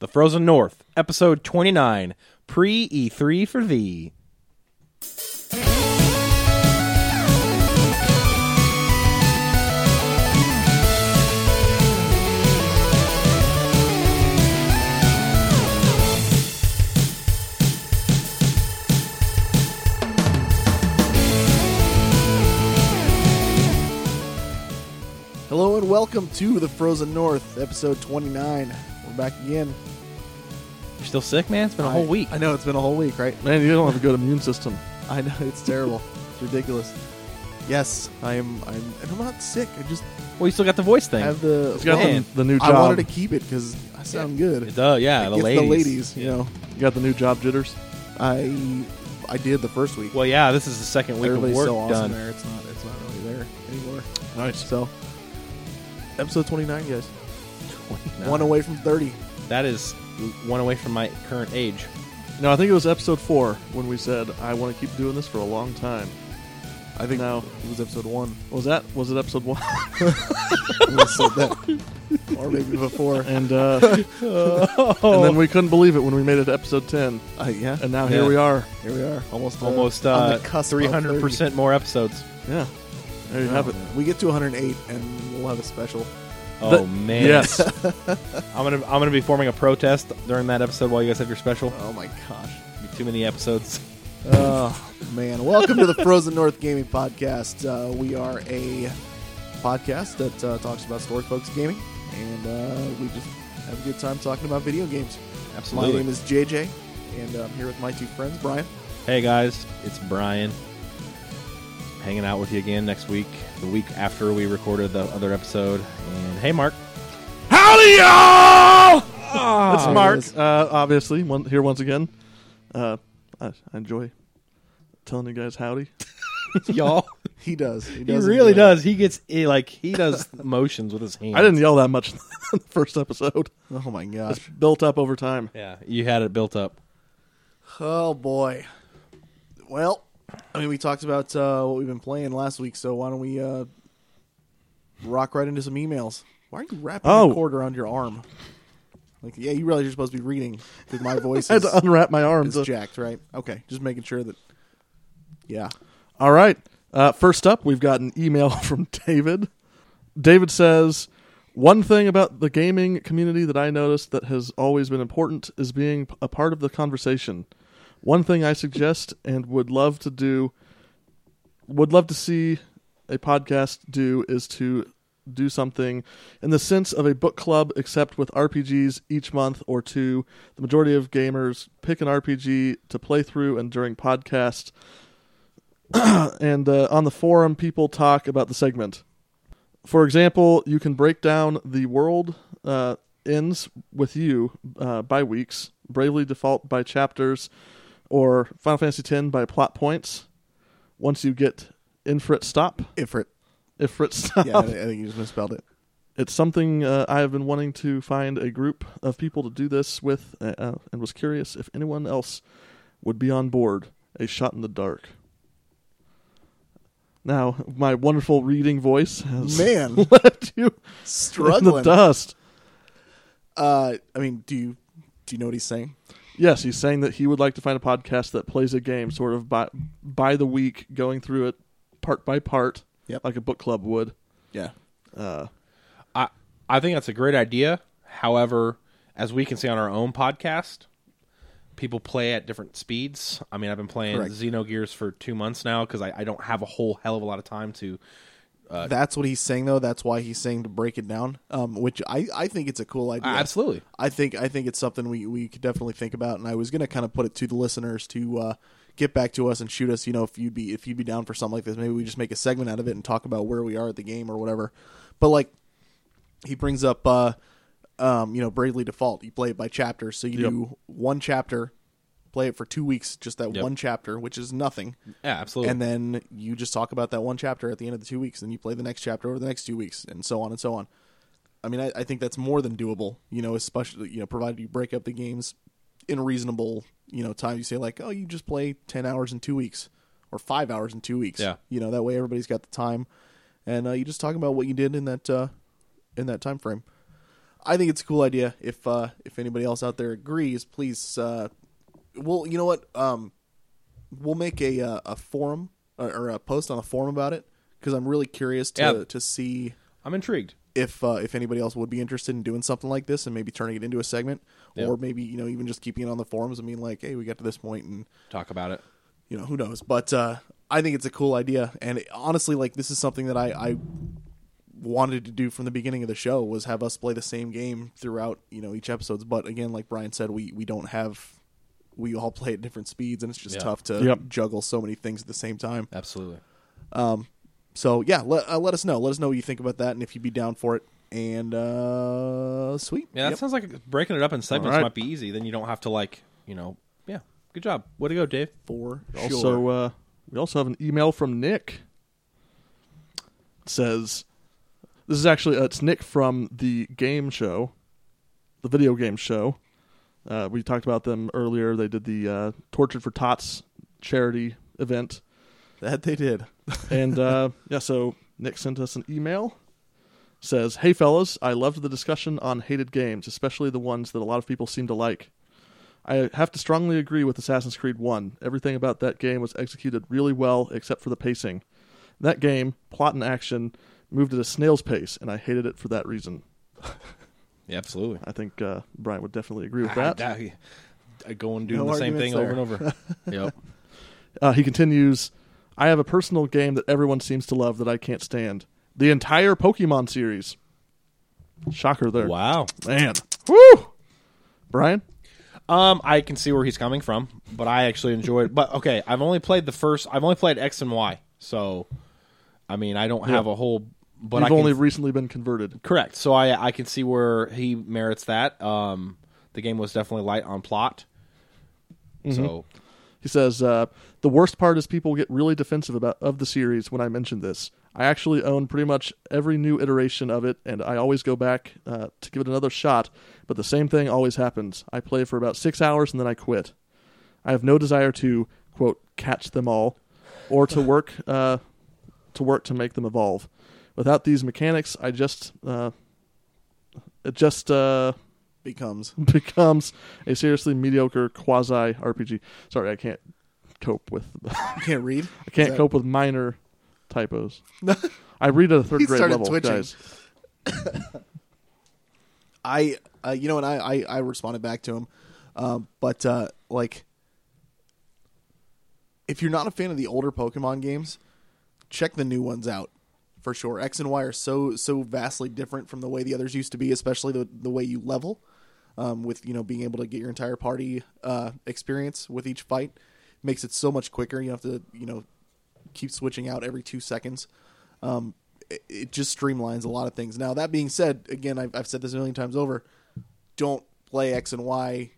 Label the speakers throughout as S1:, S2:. S1: The Frozen North, episode 29, pre E3 for thee.
S2: Hello and welcome to the Frozen North, episode 29. We're back again.
S1: You're still sick, man? It's been a
S2: I-
S1: whole week.
S2: I know it's been a whole week, right? Man, you don't have a good immune system. I know it's terrible. it's ridiculous. Yes, I am. I'm. And I'm not sick. I just
S1: Well, you still got the voice thing.
S2: have the.
S3: He's got
S1: Man.
S3: the, the new
S2: I
S3: job.
S2: wanted to keep it because I sound good.
S1: It does, yeah,
S2: It
S1: the
S2: gets
S1: ladies.
S2: the ladies, you
S1: Yeah.
S2: know.
S3: You got the new job jitters.
S2: I I did the first week.
S1: Well, yeah, this is the second week
S2: Everybody's
S1: of work
S2: so awesome
S1: done.
S2: there. It's not. It's not really there anymore.
S3: Nice.
S2: So, episode 29, guys.
S1: 29.
S2: One away from 30.
S1: That is one away from my current age.
S3: No, I think it was episode four when we said I want to keep doing this for a long time.
S2: I think
S3: No.
S2: it was episode one.
S3: Was that? Was it episode one?
S2: We said that. or maybe before.
S3: and uh, and then we couldn't believe it when we made it to episode ten,
S2: Uh, yeah,
S3: and now
S1: Yeah.
S3: here we are.
S2: here we are, almost uh,
S1: Almost
S2: on
S1: uh,
S2: the cusp of
S1: 300% more episodes.
S3: Yeah, there
S2: 30.
S3: you have it.
S2: We get to 108, and we'll have a special.
S1: Oh,
S3: The-
S1: man.
S3: Yes.
S1: I'm going to I'm gonna be forming a protest during that episode while you guys have your special.
S2: Oh my gosh!
S1: Too many episodes.
S2: Oh man! Welcome to the Frozen North Gaming Podcast. Uh, we are a podcast that uh, talks about story folks gaming, and uh, we just have a good time talking about video games.
S1: Absolutely.
S2: My name is JJ, and I'm here with my two friends, Brian.
S1: Hey guys, it's Brian. Hanging out with you again next week, the week after we recorded the other episode. And hey, Mark.
S3: Howdy, y'all! it's
S1: Oh,
S2: There it
S3: Mark.
S2: is.
S3: Uh, obviously, one, here once again. Uh, I, I enjoy telling you guys howdy.
S1: Y'all.
S2: He does. He,
S1: he
S2: does
S1: really
S2: enjoy it.
S1: does. He gets he, like he does motions with his hands.
S3: I didn't yell that much in the first episode.
S2: Oh my
S3: It's
S2: gosh!
S3: built up over time.
S1: Yeah, you had it built up.
S2: Oh boy. Well, I mean, we talked about uh, what we've been playing last week, so why don't we uh, rock right into some emails? Why are you wrapping
S3: Oh.
S2: your cord around your arm? Like, yeah, you realize you're supposed to be reading because my voice
S3: I had
S2: is,
S3: to unwrap my arms.
S2: is jacked, right? Okay, just making sure that. Yeah.
S3: All right. Uh, first up, we've got an email from David. David says, One thing about the gaming community that I noticed that has always been important is being p- a part of the conversation. One thing I suggest and would love to do, would love to see a podcast do is to do something in the sense of a book club, except with RPGs each month or two. The majority of gamers pick an RPG to play through, and during podcasts, and uh, on the forum, people talk about the segment. For example, you can break down the world uh, ends with you uh, by weeks, Bravely Default by chapters, or Final Fantasy X by plot points. Once you get Infrit Stop,
S2: Ifrit.
S3: Ifrit Stop.
S2: Yeah, I I think you just misspelled it.
S3: It's something uh, I have been wanting to find a group of people to do this with, uh, uh, and was curious if anyone else would be on board. A shot in the dark. Now, my wonderful reading voice has
S2: Man,
S3: left you in the
S2: struggling.
S3: dust.
S2: Uh, I mean, do you do you know what he's saying?
S3: Yes, he's saying that he would like to find a podcast that plays a game, sort of by by the week, going through it part by part,
S2: Yep.
S3: like a book club would.
S2: Yeah.
S1: I I think that's a great idea. However, as we can see on our own podcast, people play at different speeds. I mean, I've been playing
S2: Correct.
S1: Xenogears for two months now because I, I don't have a whole hell of a lot of time to
S2: That's what he's saying, though. That's why he's saying to break it down, um, which I, I think it's a cool idea.
S1: Ah, absolutely.
S2: I think I think it's something we, we could definitely think about, and I was going to kind of put it to the listeners to uh, get back to us and shoot us. You know, if you'd be if you'd be down for something like this, maybe we just make a segment out of it and talk about where we are at the game or whatever. But like, he brings up, uh, um, you know, Bravely Default. You play it by chapter, so you do one chapter, play it for two weeks, just that
S1: Yep.
S2: one chapter, which is nothing.
S1: Yeah, absolutely.
S2: And then you just talk about that one chapter at the end of the two weeks, and you play the next chapter over the next two weeks, and so on and so on. I mean, I, I think that's more than doable, you know, especially, you know, provided you break up the games in reasonable, you know, time. You say, like, oh, you just play 10 hours in two weeks or five hours in two weeks.
S1: Yeah.
S2: You know, that way everybody's got the time. And uh, you just talk about what you did in that, uh, in that time frame. I think it's a cool idea. If uh, if anybody else out there agrees, please. Uh, well, you know what? Um, we'll make a uh, a forum or, or a post on a forum about it because I'm really curious to
S1: Yeah.
S2: to see
S1: I'm intrigued.
S2: if uh, if anybody else would be interested in doing something like this and maybe turning it into a segment
S1: Yeah.
S2: or maybe you know even just keeping it on the forums and being like, hey, we got to this point and
S1: Talk about it.
S2: you know who knows but uh i think it's a cool idea and it- honestly like this is something that i i wanted to do from the beginning of the show was have us play the same game throughout you know each episodes but again like brian said we we don't have we all play at different speeds and it's just
S1: Yeah.
S2: tough to
S3: Yep.
S2: juggle so many things at the same time
S1: Absolutely.
S2: so yeah let, uh, let us know let us know what you think about that and if you'd be down for it and uh sweet
S1: Yeah, that
S2: Yep.
S1: sounds like breaking it up in segments
S3: All right.
S1: might be easy. Then you don't have to like, you know, yeah. Good job. Way to go, Dave.
S2: for
S3: Also,
S2: sure
S3: uh, we also have an email from Nick. It says, "This is actually uh, it's Nick from the game show, the video game show. Uh, we talked about them earlier. They did the uh, Tortured for Tots charity event,
S2: that they did
S3: and uh, yeah, so Nick sent us an email. Says, "Hey fellas, I loved the discussion on hated games, especially the ones that a lot of people seem to like. I have to strongly agree with Assassin's Creed 1. Everything about that game was executed really well except for the pacing. That game, plot and action, moved at a snail's pace and I hated it for that reason."
S1: Yeah, absolutely.
S3: I think uh, Brian would definitely agree with
S1: Ah,
S3: that.
S1: that- going doing
S2: No
S1: the same thing
S2: arguments
S1: over and over. yep.
S3: Uh, he continues, I have a personal game that everyone seems to love that I can't stand. The entire Pokemon series. Shocker there.
S1: Wow.
S3: Man. Woo! Brian?
S1: Um, I can see where he's coming from, but I actually enjoyed. But okay, I've only played the first. I've only played X and Y, so I mean, I don't have a whole. But
S3: you've
S1: I can,
S3: only recently been converted.
S1: correct. So I I can see where he merits that. Um, the game was definitely light on plot.
S2: Mm-hmm.
S1: So
S3: He says, uh, the worst part is people get really defensive about of the series when I mention this. I actually own pretty much every new iteration of it, and I always go back uh, to give it another shot, but the same thing always happens. I play for about six hours and then I quit. I have no desire to, quote, catch them all, or to work uh, to work to make them evolve. Without these mechanics, I just uh, it just uh,
S2: becomes
S3: becomes a seriously mediocre quasi RPG. Sorry, I can't cope with I
S2: you can't read i
S3: can't cope with minor typos. I read at a third
S2: He
S3: grade
S2: started
S3: level,
S2: twitching.
S3: guys.
S2: I, uh, you know, and I, I, I responded back to him, um, but uh, like, if you're not a fan of the older Pokemon games, check the new ones out for sure. X and Y are so so vastly different from the way the others used to be, especially the the way you level, um, with you know being able to get your entire party uh, experience with each fight makes it so much quicker. You have to you know keep switching out every two seconds um, it, it just streamlines a lot of things. Now that being said, again, I've, I've said this a million times over: don't play X and Y,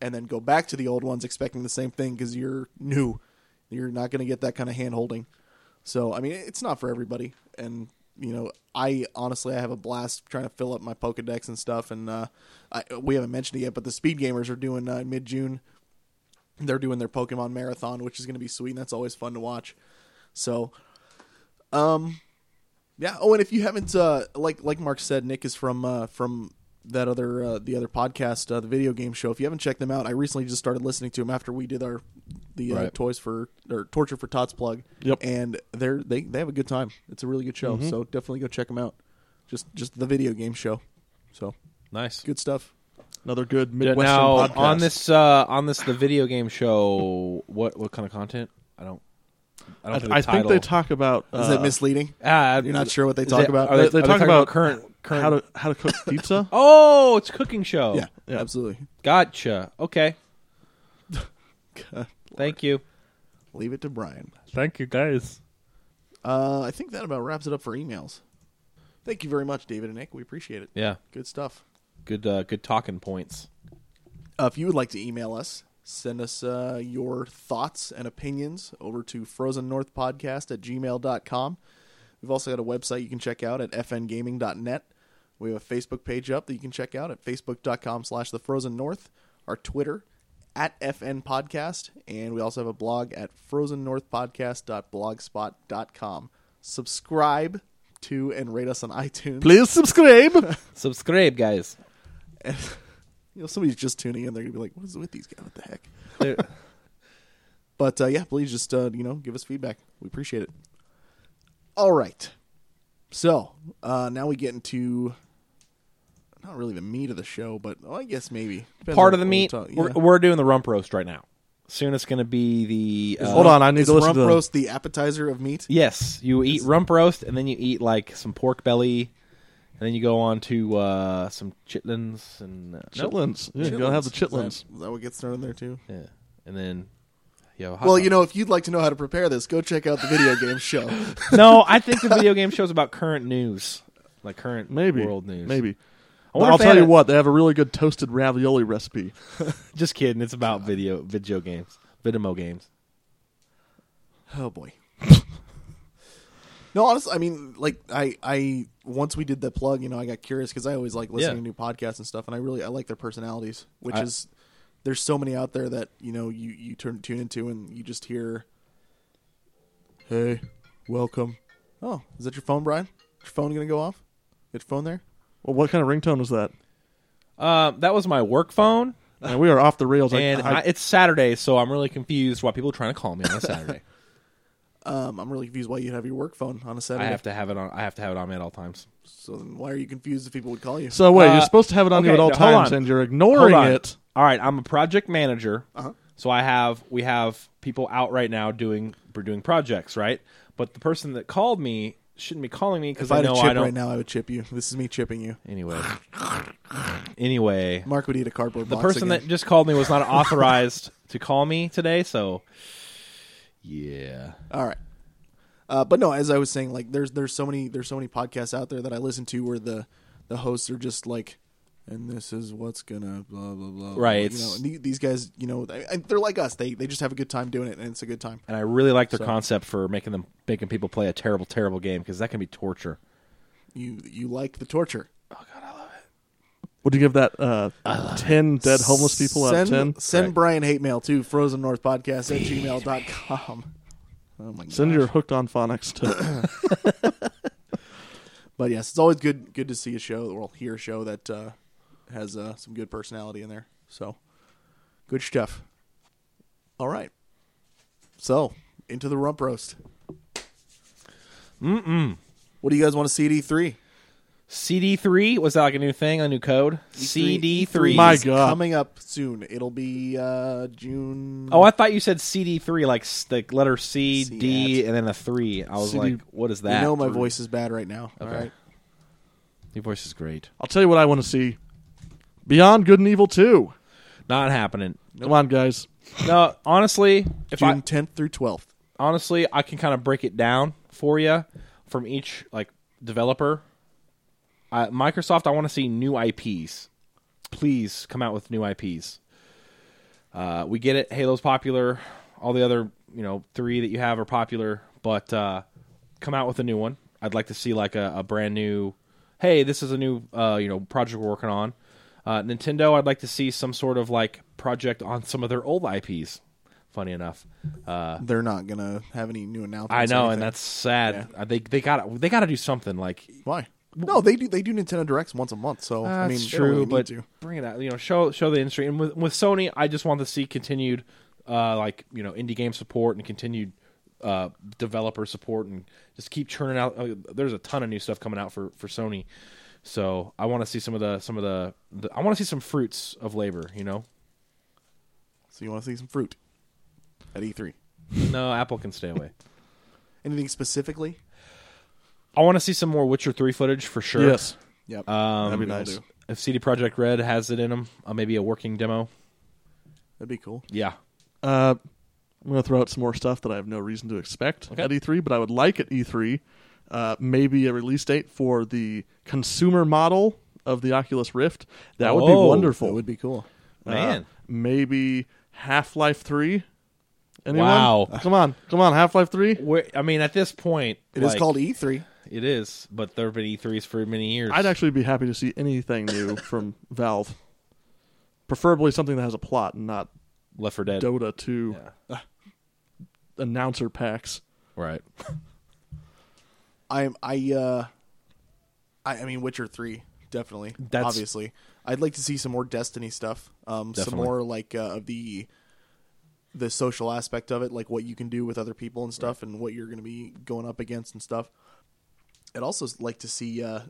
S2: and then go back to the old ones expecting the same thing because you're new. You're not going to get that kind of hand holding. So I mean, it's not for everybody, and you know, I honestly I have a blast trying to fill up my Pokedex and stuff, and uh, I, we haven't mentioned it yet, but the Speed Gamers are doing uh, mid June they're doing their Pokemon marathon, which is going to be sweet, and that's always fun to watch. So, um, yeah. Oh, and if you haven't, uh, like like Mark said, Nick is from uh, from that other uh, the other podcast, uh, the video game show. If you haven't checked them out, I recently just started listening to them after we did our the uh,
S1: Right.
S2: toys for or torture for tots plug.
S3: Yep. Mm-hmm.
S2: And they're they they have a good time. It's a really good show. So definitely go check them out. Just just the video game show. So
S1: nice.
S2: good stuff.
S3: Another good
S1: Yeah,
S3: Midwestern
S1: now
S3: podcast.
S1: on this uh, on this the video game show, what what kind of content? I don't. I
S3: I,
S1: don't. know the
S3: I think
S1: title.
S3: they talk about uh,
S2: Is that misleading?
S1: Ah,
S2: You're not sure what they talk about?
S1: are
S3: They-
S1: They,
S3: they
S1: are
S3: talk
S1: talking
S3: about
S1: about current current.
S3: how to how to cook pizza.
S1: oh, it's cooking show.
S2: Yeah,
S3: Yeah.
S2: absolutely.
S1: Gotcha. Okay. Thank you.
S2: Leave it to Brian.
S3: Thank you guys.
S2: Uh, I think that about wraps it up for emails. Thank you very much, David and Nick. We appreciate it.
S1: Yeah.
S2: Good stuff.
S1: Good. Uh, good talking points.
S2: Uh, if you would like to email us, send us uh, your thoughts and opinions over to frozennorthpodcast at gmail.com. We've also got a website you can check out at fngaming.net. We have a Facebook page up that you can check out at facebook.com slash the frozen north, our Twitter at FN Podcast, and we also have a blog at frozennorthpodcast.blogspot.com. Subscribe to and rate us on iTunes.
S3: Please subscribe.
S4: Subscribe, guys.
S2: And, you know, somebody's just tuning in. They're gonna be like, "What is with these guys? What the heck?"
S1: There-
S2: But uh, yeah, please just uh, you know give us feedback. We appreciate it. All right. So uh, now we get into not really the meat of the show, but oh, I guess maybe Depends
S1: part
S2: on
S1: of the
S2: what we
S1: meat.
S2: talk-
S1: We're,
S2: yeah.
S1: we're doing the rump roast right now. Soon it's going to be the. Uh,
S3: Hold on, I need
S2: Is
S3: to listen
S2: rump
S3: to the-
S2: roast the appetizer of meat?
S1: Yes, you eat rump roast, and then you eat like some pork belly, and then you go on to uh, some chitlins and uh, nope.
S3: Chitlins. Yeah, you gotta have the
S2: Is that-
S3: chitlins.
S2: Is that, what gets thrown in there too?
S1: Yeah. and then you have a hot
S2: Well,
S1: dog.
S2: you know, if you'd like to know how to prepare this, go check out the video game show.
S1: no, I think the video game shows about current news, like current
S3: Maybe.
S1: world news.
S3: Maybe.
S1: I wonder
S3: I'll
S1: if they
S3: tell
S1: had
S3: you
S1: a-
S3: what, they have a really good toasted ravioli recipe.
S1: Just kidding. It's about video video games, Vidimo games.
S2: Oh boy. no, honestly, I mean, like I, I once we did the plug, you know, I got curious because I always like listening
S1: Yeah.
S2: to new podcasts and stuff, and I really I like their personalities, which
S1: I-
S2: is there's so many out there that you know you you turn tune into and you just hear, hey, welcome. Oh, is that your phone, Brian? Your phone gonna go off? Get your phone there.
S3: Well, what kind of ringtone was that?
S1: Uh, that was my work phone,
S3: Man, we are off the rails. I-
S1: and
S3: I-
S1: I, it's Saturday, so I'm really confused why people are trying to call me on a Saturday.
S2: Um, I'm really confused why you have your work phone on a
S1: I
S2: Saturday.
S1: have to have it on. I have to have it on me at all times.
S2: So then why are you confused if people would call you?
S3: so wait,
S1: uh,
S3: you're supposed to have it on you
S1: okay,
S3: at all
S1: no, hold
S3: times,
S1: on.
S3: and you're
S1: Hold
S3: ignoring
S1: on.
S3: it. Uh-huh.
S1: All right, I'm a project manager. So I have we have people out right now doing we're doing projects, right? But the person that called me shouldn't be calling me because
S2: if I
S1: I
S2: had a
S1: know
S2: chip
S1: I don't.
S2: right now, I would chip you. This is me chipping you.
S1: Anyway, anyway,
S2: Mark would eat a cardboard
S1: the
S2: box.
S1: person
S2: again.
S1: that just called me was not authorized to call me today, so yeah.
S2: All right. Uh, but no, as I was saying, like there's there's so many there's so many podcasts out there that I listen to where the the hosts are just like, and this is what's gonna blah blah blah. blah,"
S1: Right,
S2: You
S1: it's-
S2: know, and the- these guys, you know, they, and they're like us. They they just have a good time doing it, and it's a good time.
S1: And I really like their concept for making them making people play a terrible, terrible game because that can be torture.
S2: You you liked the torture.
S3: Would you give that uh, ten dead homeless people out of
S2: send,
S3: ten?
S2: Send
S1: Right.
S2: Brian hate mail to frozen north podcast at gmail.com. Oh my god.
S3: Send your hooked on phonics to.
S2: But yes, it's always good good to see a show or hear a show that uh, has uh, some good personality in there. So good stuff. All right. So into the rump roast. Mm mm. What do you guys want to see at E three?
S1: CD3 was that like a new thing, a new code? CD3.
S3: My God.
S2: coming up soon. It'll be uh, June.
S1: Oh, I thought you said CD three, like s- the letter C,
S2: C
S1: D, and then a three. I was
S3: CD
S1: like, what is that?
S2: you know my voice is bad right now. All right.
S1: Your voice is great.
S3: I'll tell you what I want to see: Beyond Good and Evil Two.
S1: Not happening.
S3: Come on, guys.
S1: No, honestly, if
S2: June
S1: I
S2: tenth through twelfth.
S1: honestly, I can kind of break it down for you from each like developer. Uh, Microsoft, I want to see new IPs. Please come out with new IPs. Uh, we get it. Halo's popular. All the other, you know, three that you have are popular, but uh, come out with a new one. I'd like to see like a, a brand new. Hey, this is a new, uh, you know, project we're working on. Uh, Nintendo, I'd like to see some sort of like project on some of their old IPs. Funny enough, uh,
S2: They're not gonna have any new announcements.
S1: I
S2: or
S1: know, and
S2: anything.
S1: that's sad. Uh, They they got to they got to do something. Like
S2: why. No, they do. They do Nintendo Directs once a month. So I mean,
S1: that's
S2: they don't really
S1: true,
S2: need
S1: but
S2: to.
S1: bring it out. You know, show show the industry. And with with Sony, I just want to see continued, uh, like you know, indie game support and continued uh developer support and just keep churning out. uh, There's a ton of new stuff coming out for for Sony, so I want to see some of the some of the, the I want to see some fruits of labor. You know,
S2: So you want to see some fruit at E3?
S1: no Apple can stay away.
S2: Anything specifically?
S1: I want to see some more Witcher three footage for sure.
S3: Yes.
S2: Yep.
S1: um,
S3: That'd be
S2: we all
S3: nice.
S2: do.
S1: If CD Project Red has it in them, uh, maybe a working demo.
S2: That'd be cool.
S1: Yeah.
S3: Uh, I'm going to throw out some more stuff that I have no reason to expect at E3, but I would like at E3 uh, maybe a release date for the consumer model of the Oculus Rift. That would be
S1: Oh.
S2: That
S3: wonderful.
S2: would be cool.
S3: Uh,
S1: Man.
S3: maybe Half Life 3. Anyone?
S1: Wow.
S3: Come on. Come on. Half Life 3.
S1: Where, I mean, at this point,
S2: It is called E- E3.
S1: It is, but there have been E3s for many years.
S3: I'd actually be happy to see anything new from Valve. Preferably something that has a plot and not
S1: Left for Dead.
S3: Dota 2 announcer packs.
S1: Right.
S2: I'm I uh I, I mean Witcher 3 definitely.
S1: That's-
S2: obviously. I'd like to see some more Destiny stuff. Um
S1: Definitely.
S2: some more like uh, of the the social aspect of it, like what you can do with other people and stuff and what you're going to be going up against and stuff. I'd also like to see uh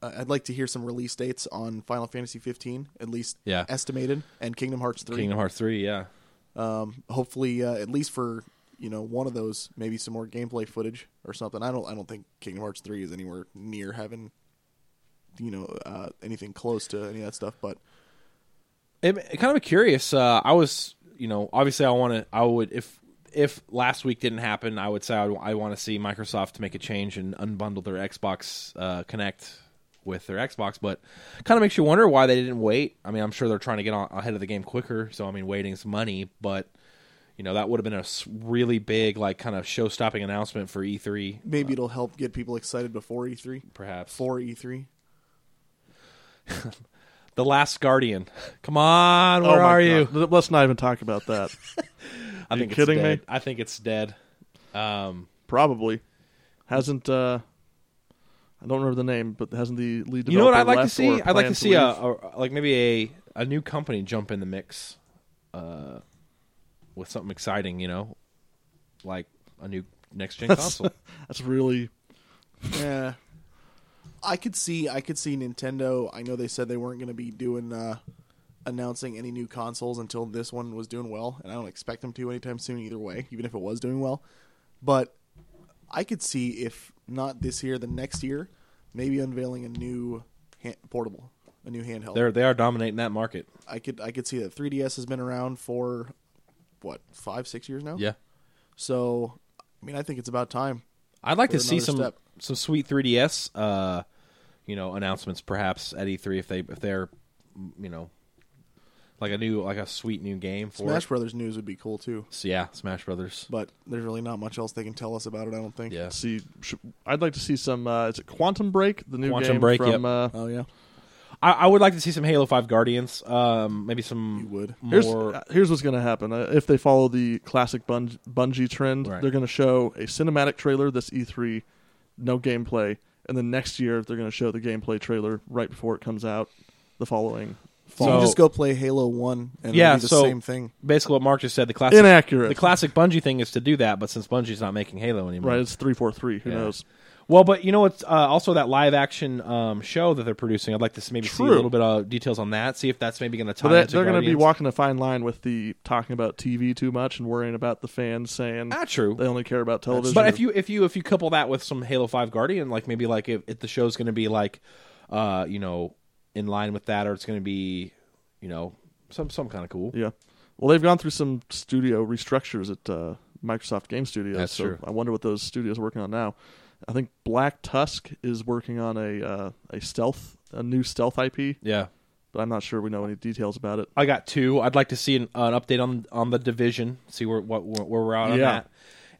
S2: I- I'd like to hear some release dates on Final Fantasy 15 at least
S1: Yeah.
S2: estimated and Kingdom Hearts 3
S1: Kingdom Hearts three, yeah.
S2: um, hopefully uh, at least for you know one of those maybe some more gameplay footage or something i don't i don't think kingdom hearts 3 is anywhere near having you know uh, anything close to any of that stuff but
S1: It, it kind of curious. Uh, I was, you know, obviously I want to. I would if if last week didn't happen, I would say I, want to see Microsoft make a change and unbundle their Xbox uh, Connect with their Xbox. But kind of makes you wonder why they didn't wait. I mean, I'm sure they're trying to get on, ahead of the game quicker. So I mean, waiting's money. But you know, that would have been a s- really big, like, kind of show-stopping announcement for E E3,
S2: maybe it'll help get people excited before E e3
S1: perhaps.
S2: for e3
S1: the Last Guardian. Come on, where
S3: Oh my
S1: are you?
S3: God. Let's not even talk about that.
S1: I think
S3: kidding
S1: it's
S3: me?
S1: dead. I think it's dead. Um,
S3: Probably hasn't. uh I don't remember the name, but hasn't the lead.
S1: you know what I'd
S3: developer
S1: like to see?
S3: left or
S1: I'd like to
S3: plans
S1: see a,
S3: leave?
S1: a- like maybe a a new company jump in the mix, uh, with something exciting. You know, like a new next gen console.
S3: That's really
S2: yeah i could see i could see nintendo i know they said they weren't going to be doing uh announcing any new consoles until this one was doing well and i don't expect them to anytime soon either way even if it was doing well but I could see if not this year, the next year, maybe unveiling a new hand, portable, a new handheld.
S1: They're they are dominating that market.
S2: I could I could see that 3DS has been around for what five six years now.
S1: Yeah,
S2: So, I mean, I think it's about time.
S1: I'd like
S2: For
S1: to see
S2: another
S1: some
S2: step.
S1: some sweet 3ds, uh, you know, announcements perhaps at E3 if they if they're you know like a new like a sweet new game for
S2: Smash
S1: it.
S2: Brothers news would be cool too,
S1: So, yeah, Smash Brothers.
S2: but there's really not much else they can tell us about it. I don't think.
S1: Yeah.
S3: see. sh- I'd like to see some. Uh, is it Quantum Break? The new
S1: Quantum
S3: game
S1: Break,
S3: from. Uh,
S2: Oh yeah.
S1: I, I would like to see some Halo Five Guardians. Um, maybe some
S2: You would.
S1: more.
S3: here's uh, here's what's going to happen uh, if they follow the classic Bung- Bungie trend.
S1: Right.
S3: They're going to show a cinematic trailer this E3, no gameplay, and then next year they're going to show the gameplay trailer right before it comes out. The following
S2: So,
S1: So-
S2: you just go play Halo One, and
S1: Yeah,
S2: it'll be the
S1: so-
S2: same thing.
S1: basically what Mark just said. The classic
S3: Inaccurate.
S1: The classic Bungie thing is to do that, but since Bungie's not making Halo anymore,
S3: Right, it's three four three. Who
S1: Yeah.
S3: knows?
S1: Well, but you know what's uh, also that live action um, show that they're producing. I'd like to s- maybe see
S3: True.
S1: a little bit of details on that. See if that's maybe going to tie.
S3: But that,
S1: into
S3: they're going to be
S1: Guardians.
S3: walking a fine line with the talking about TV too much and worrying about the fans saying
S1: Ah, true.
S3: they only care about television.
S1: But
S3: or-
S1: if you if you if you couple that with some Halo Five Guardian, like maybe like if, if the show's going to be like, uh, you know, in line with that, or it's going to be, you know, some some kind of cool.
S3: yeah, well, they've gone through some studio restructures at uh, Microsoft Game Studios.
S1: That's
S3: so
S1: true.
S3: I wonder what those studios are working on now. I think Black Tusk is working on a uh, a stealth a new stealth IP,
S1: yeah.
S3: but I'm not sure we know any details about it.
S1: I got two. I'd like to see an, an update on on the division. See where what where we're at on
S3: Yeah.
S1: that.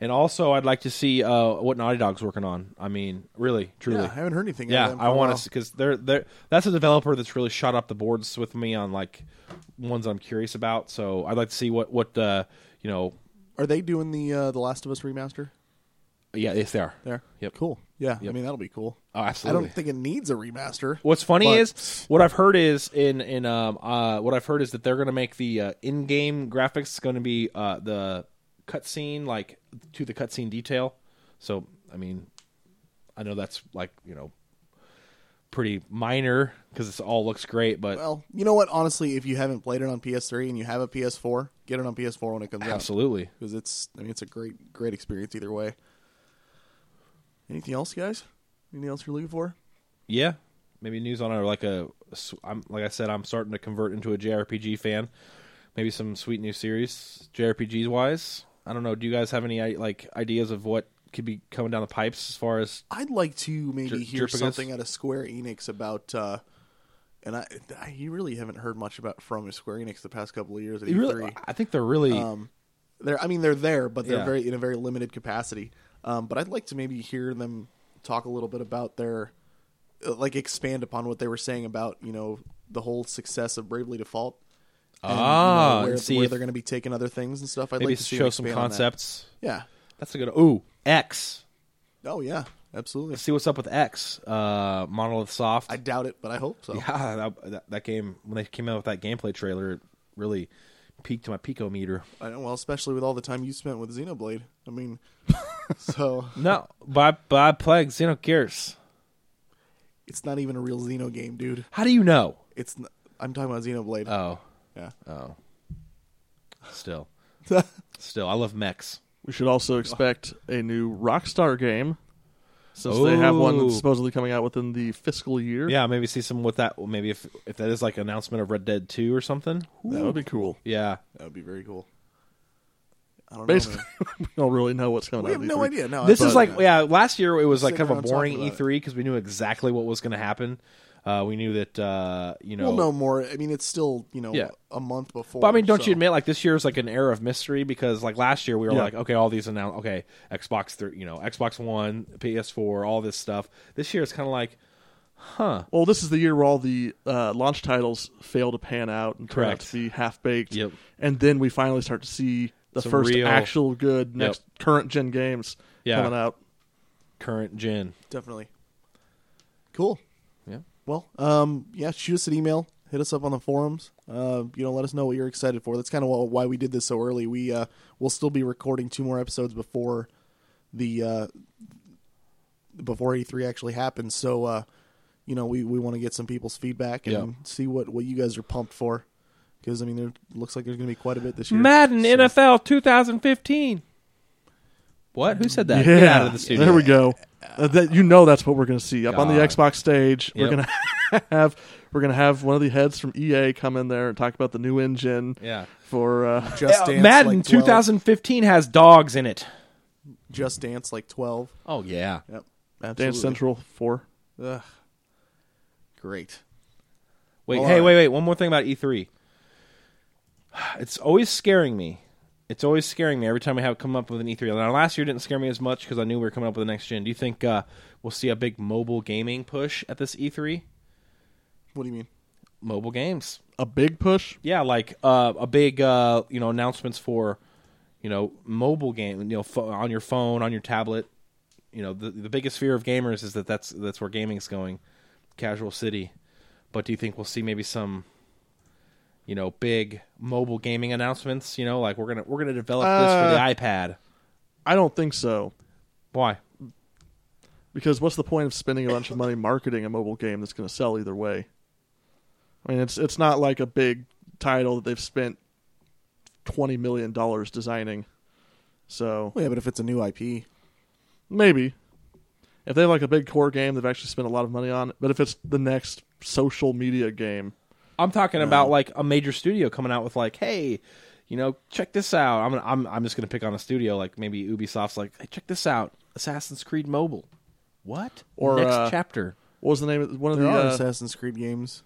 S1: And also, I'd like to see uh, what Naughty Dog's working on. I mean, really, truly,
S2: Yeah, I haven't heard anything.
S1: yeah.
S2: out of them Oh, for
S1: I
S2: a
S1: want
S2: while.
S1: to because they're they're that's a developer that's really shot up the boards with me on like ones I'm curious about. So I'd like to see what what uh, you know.
S2: Are they doing the uh, the Last of Us remaster?
S1: Yeah, it's there.
S2: There.
S1: Yep.
S2: Cool. Yeah. I
S1: Yep.
S2: mean, that'll be cool.
S1: Oh,
S2: I
S1: absolutely.
S2: don't think it needs a remaster.
S1: What's funny
S2: But-
S1: is what I've heard is in in um uh what I've heard is that they're gonna make the uh, in-game graphics going to be uh the cutscene like to the cutscene detail. So I mean, I know that's like you know pretty minor because it all looks great, but
S2: Well, you know what? Honestly, if you haven't played it on PS3 and you have a PS4, get it on PS4 when it comes out.
S1: absolutely.
S2: Because it's, I mean, it's a great, great experience either way. Anything else, guys? Anything else you're looking for?
S1: Yeah, maybe news on our like a. s- I'm like I said, I'm starting to convert into a JRPG fan. Maybe some sweet new series JRPGs wise. I don't know. Do you guys have any i- like ideas of what could be coming down the pipes as far as?
S2: I'd like to maybe
S1: Jer-
S2: hear
S1: Jerpagus?
S2: something out of Square Enix about. uh and I, I, you really haven't heard much about from Square Enix the past couple of years. At E3.
S1: I think they're really.
S2: Um, they're, I mean, they're there, but they're
S1: uh, Yeah.
S2: very in a very limited capacity. Um, but I'd like to maybe hear them talk a little bit about their, uh, like, expand upon what they were saying about you know the whole success of Bravely Default. And, you know,
S1: Ah,
S2: where,
S1: and see
S2: where
S1: if-
S2: they're going to be taking other things and stuff. I'd
S1: maybe
S2: like to see them
S1: show some
S2: expand on that.
S1: concepts.
S2: Yeah.
S1: That's a good. Ooh, X.
S2: Oh yeah. absolutely.
S1: See what's up with X, uh, Monolith Soft.
S2: I doubt it, but I hope so.
S1: yeah, that, that, that game when they came out with that gameplay trailer, it really peaked my pico meter.
S2: I know, well, especially with all the time you spent with Xenoblade. I mean, so
S1: No, by by playing Xenogears.
S2: it's not even a real Xeno game, dude.
S1: How do you know?
S2: It's n I'm talking about Xenoblade.
S1: Oh,
S2: yeah.
S1: oh. Still, still, I love mechs.
S3: We should also expect a new Rockstar game, since they have one
S1: Ooh.
S3: that's supposedly coming out within the fiscal year.
S1: Yeah, maybe see some with that. Maybe if if that is like announcement of Red Dead Two or something.
S3: that would be
S2: Oh,
S3: cool.
S1: Yeah,
S2: that would be very cool. I don't
S3: Basically,
S2: know. man.
S3: we don't really know what's coming.
S2: We
S3: out E
S2: have
S3: of
S2: no
S3: E3.
S2: idea. No,
S1: this
S2: that's
S1: is
S2: what-
S1: like yeah. Last year it was like
S2: Sitting
S1: kind of a
S2: around talking
S1: boring
S2: about it.
S1: E3 because we knew exactly what was going to happen. Uh, we knew that uh, you know.
S2: we'll know more. I mean, it's still you know
S1: Yeah.
S2: a month before.
S1: But I mean, don't
S2: so-
S1: you admit like this year is like an era of mystery because like last year we were
S3: Yeah.
S1: like, okay, all these announced, okay, Xbox, thr you know, Xbox One, PS4, all this stuff. This year it's kind of like,
S3: Well, this is the year where all the uh, launch titles fail to pan out and turn out
S1: Correct.
S3: to be half baked.
S1: Yep.
S3: And then we finally start to see the
S1: Some
S3: first
S1: real-
S3: actual good next current gen games
S1: Yeah.
S3: coming out.
S1: current gen.
S2: Definitely. Cool.
S1: Yeah.
S2: Well, um, yeah, shoot us an email. Hit us up on the forums. Uh, you know, let us know what you're excited for. That's kind of why we did this so early. We uh, we'll still be recording two more episodes before the uh, before E3 actually happens. So, uh, you know, we, we want to get some people's feedback and
S1: Yeah.
S2: see what, what you guys are pumped for. Because I mean, there looks like there's going to be quite a bit this year.
S1: Madden
S2: So-
S1: NFL 2015. What? Who said that? Get
S3: yeah.
S1: out of the studio.
S3: There we go. Uh, that you know that's what we're going to see up on the
S1: God.
S3: Xbox stage. We're
S1: Yep.
S3: gonna have we're gonna have one of the heads from EA come in there and talk about the new engine
S1: Yeah.
S3: for uh,
S2: Just
S1: Uh,
S2: dance
S1: Madden
S2: like 12.
S1: 2015 has dogs in it.
S2: Just dance like twelve.
S1: Oh yeah.
S2: Yep.
S3: Dance
S2: Absolutely.
S3: Central Four.
S2: Ugh. Great.
S1: Wait,
S2: All
S1: hey,
S2: right.
S1: wait, wait. One more thing about E3. It's always scaring me. It's always scaring me every time we have come up with an E3. Now, last year didn't scare me as much because I knew we were coming up with the next gen. Do you think uh, we'll see a big mobile gaming push at this E3?
S2: What do you mean?
S1: Mobile games,
S3: A big push.
S1: yeah, like uh, a big uh, you know announcements for you know mobile game, you know, pho- on your phone, on your tablet. You know, the the biggest fear of gamers is that that's that's where gaming's going, casual city. But do you think we'll see maybe some, you know, big mobile gaming announcements? You know, like we're gonna we're gonna develop this for the
S3: Uh,
S1: iPad.
S3: I don't think so.
S1: Why?
S3: Because what's the point of spending a bunch of money marketing a mobile game that's going to sell either way? I mean, it's it's not like a big title that they've spent twenty million dollars designing. So
S2: Well, yeah, but if it's a new IP,
S3: maybe if they have like a big core game they've actually spent a lot of money on, but if it's the next social media game,
S1: I'm talking about like a major studio coming out with like, hey, you know, check this out. I'm gonna, I'm I'm just gonna pick on a studio like maybe Ubisoft's like, hey, check this out, Assassin's Creed Mobile. What?
S3: Or,
S1: next
S3: uh,
S1: chapter?
S3: what was the name of one of
S2: there
S3: the
S2: are
S3: uh,
S2: Assassin's Creed games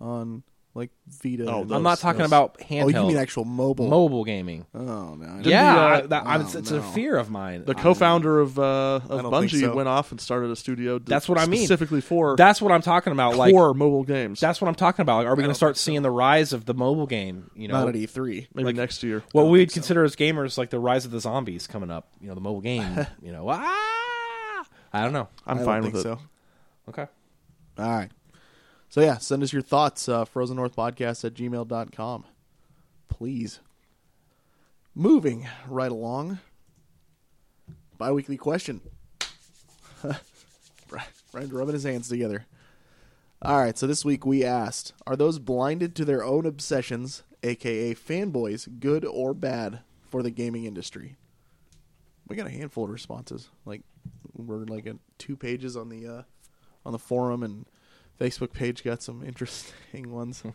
S2: on like Vita.
S3: Oh,
S2: and
S3: those-
S1: I'm not talking
S3: those-
S1: about
S2: Oh,
S1: handheld
S2: you mean actual mobile?
S1: mobile gaming.
S2: Oh no. I don't-
S1: yeah,
S3: Uh, the, uh,
S1: I, that, I'm,
S2: no,
S1: it's, it's a
S2: no.
S1: fear of mine.
S3: the co-founder of uh,
S2: I
S3: of
S2: don't think
S3: Bungie
S2: so.
S3: went off and started a studio. d-
S1: That's what I mean.
S3: specifically for
S1: that's what I'm talking about. Like,
S3: core mobile games.
S1: that's what I'm talking about. Like, are we going to start seeing the rise of the mobile game? You know,
S2: Not at E E3.
S3: maybe next year.
S1: what we'd consider as gamers like the rise of the zombies coming up. You know, the mobile game. you know, ah, I don't know.
S3: I'm
S2: I don't
S3: fine
S2: think
S3: with it.
S2: so.
S1: Okay.
S2: All right. So yeah, send us your thoughts. Uh, Frozen North Podcast at gmail.com. Please. Moving right along. Bi-weekly question. Brian's rubbing his hands together. All right, so this week we asked, are those blinded to their own obsessions, aka fanboys, good or bad for the gaming industry? We got a handful of responses. Like we're like at two pages on the uh, on the forum and Facebook page got some interesting ones.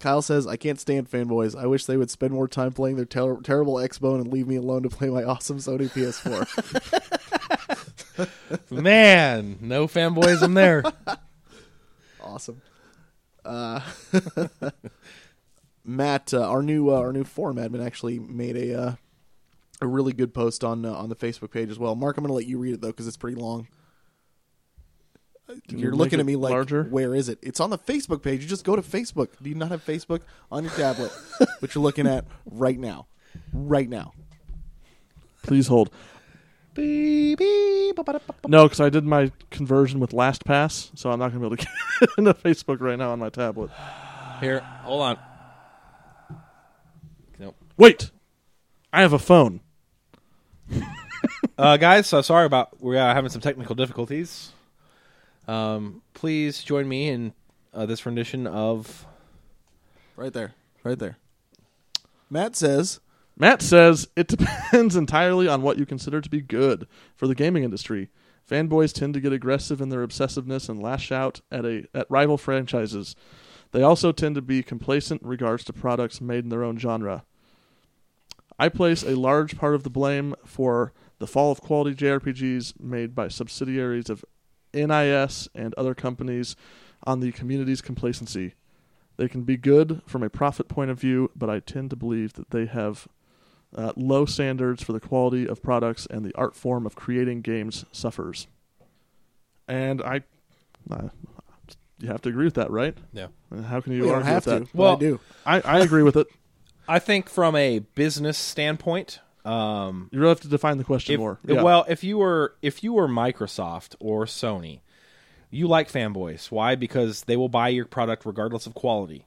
S2: Kyle says, "I can't stand fanboys. I wish they would spend more time playing their ter- terrible Xbone and leave me alone to play my awesome Sony PS4."
S1: Man, no fanboyism there.
S2: awesome. Uh, Matt, uh, our new uh, our new forum admin actually made a uh, a really good post on uh, on the Facebook page as well. Mark, I'm going to let you read it though because it's pretty long.
S3: Can
S2: You're
S3: we
S2: looking
S3: make
S2: at me
S3: it
S2: like,
S3: larger?
S2: where is it? It's on the Facebook page. You just go to Facebook. Do you not have Facebook on your tablet? which you're looking at right now, right now.
S3: Please hold.
S1: Baby.
S3: No, because I did my conversion with LastPass, so I'm not going to be able to get it into Facebook right now on my tablet.
S1: Here, hold on. Nope.
S3: Wait, I have a phone.
S1: Uh, guys, so sorry about we are having some technical difficulties. Um, please join me in uh, this rendition of
S2: Right there. Right there. Matt says,
S3: Matt says it depends entirely on what you consider to be good for the gaming industry. Fanboys tend to get aggressive in their obsessiveness and lash out at a at rival franchises. They also tend to be complacent in regards to products made in their own genre. I place a large part of the blame for the fall of quality JRPGs made by subsidiaries of NIS and other companies on the community's complacency. They can be good from a profit point of view, but I tend to believe that they have uh, low standards for the quality of products and the art form of creating games suffers. And I, I you have to agree with that, right?
S1: yeah.
S3: And How can you
S2: "You don't
S3: argue
S2: have
S3: with
S2: to."
S3: that?
S2: but
S1: Well-
S2: I do.
S3: I, I agree with it.
S1: I think from a business standpoint, um,
S3: You really have to define the question
S1: if-
S3: more.
S1: if-
S3: Yeah.
S1: well, if you were if you were Microsoft or Sony, you like fanboys. Why? Because they will buy your product regardless of quality,